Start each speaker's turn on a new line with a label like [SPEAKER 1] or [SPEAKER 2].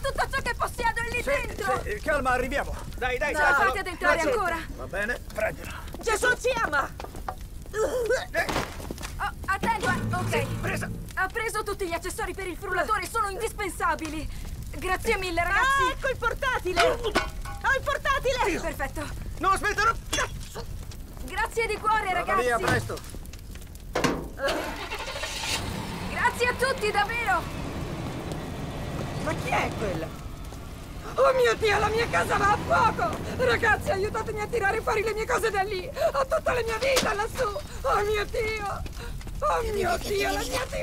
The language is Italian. [SPEAKER 1] tutto ciò che possiedo è lì dentro!
[SPEAKER 2] Sì, eh, calma, arriviamo. Dai, dai,
[SPEAKER 1] No,
[SPEAKER 2] dai.
[SPEAKER 1] fate ad entrare ancora.
[SPEAKER 2] Va bene, prendila.
[SPEAKER 3] Gesù ci ama!
[SPEAKER 2] Eh,
[SPEAKER 1] Oh, attento, ok.
[SPEAKER 2] presa.
[SPEAKER 1] Ha preso tutti gli accessori per il frullatore, sono indispensabili. Grazie mille,
[SPEAKER 3] Ah,
[SPEAKER 1] ragazzi.
[SPEAKER 3] ecco il portatile! Ho il portatile!
[SPEAKER 1] Perfetto.
[SPEAKER 2] No, aspetta, no.
[SPEAKER 1] Grazie di cuore,
[SPEAKER 2] Vada via,
[SPEAKER 1] Eh, ragazzi.
[SPEAKER 2] presto.
[SPEAKER 1] Grazie a tutti, davvero.
[SPEAKER 3] Ma chi è quella? Oh mio Dio, la mia casa va a fuoco! Ragazzi, aiutatemi a tirare fuori le mie cose da lì! Ho tutta la mia vita lassù! Oh mio Dio! Oh mio Dio, la mia TV!